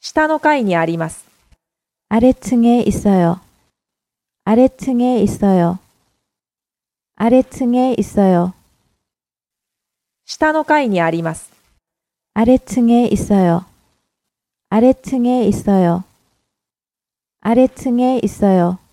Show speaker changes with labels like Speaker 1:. Speaker 1: 下の階にあります。
Speaker 2: 아래층에 있어요. 아래층에 있어요. 아래층에 있어요.
Speaker 1: 下の階にあります。
Speaker 2: 아래층에 있어요. 아래층에 있어요. 아래층에 있어요.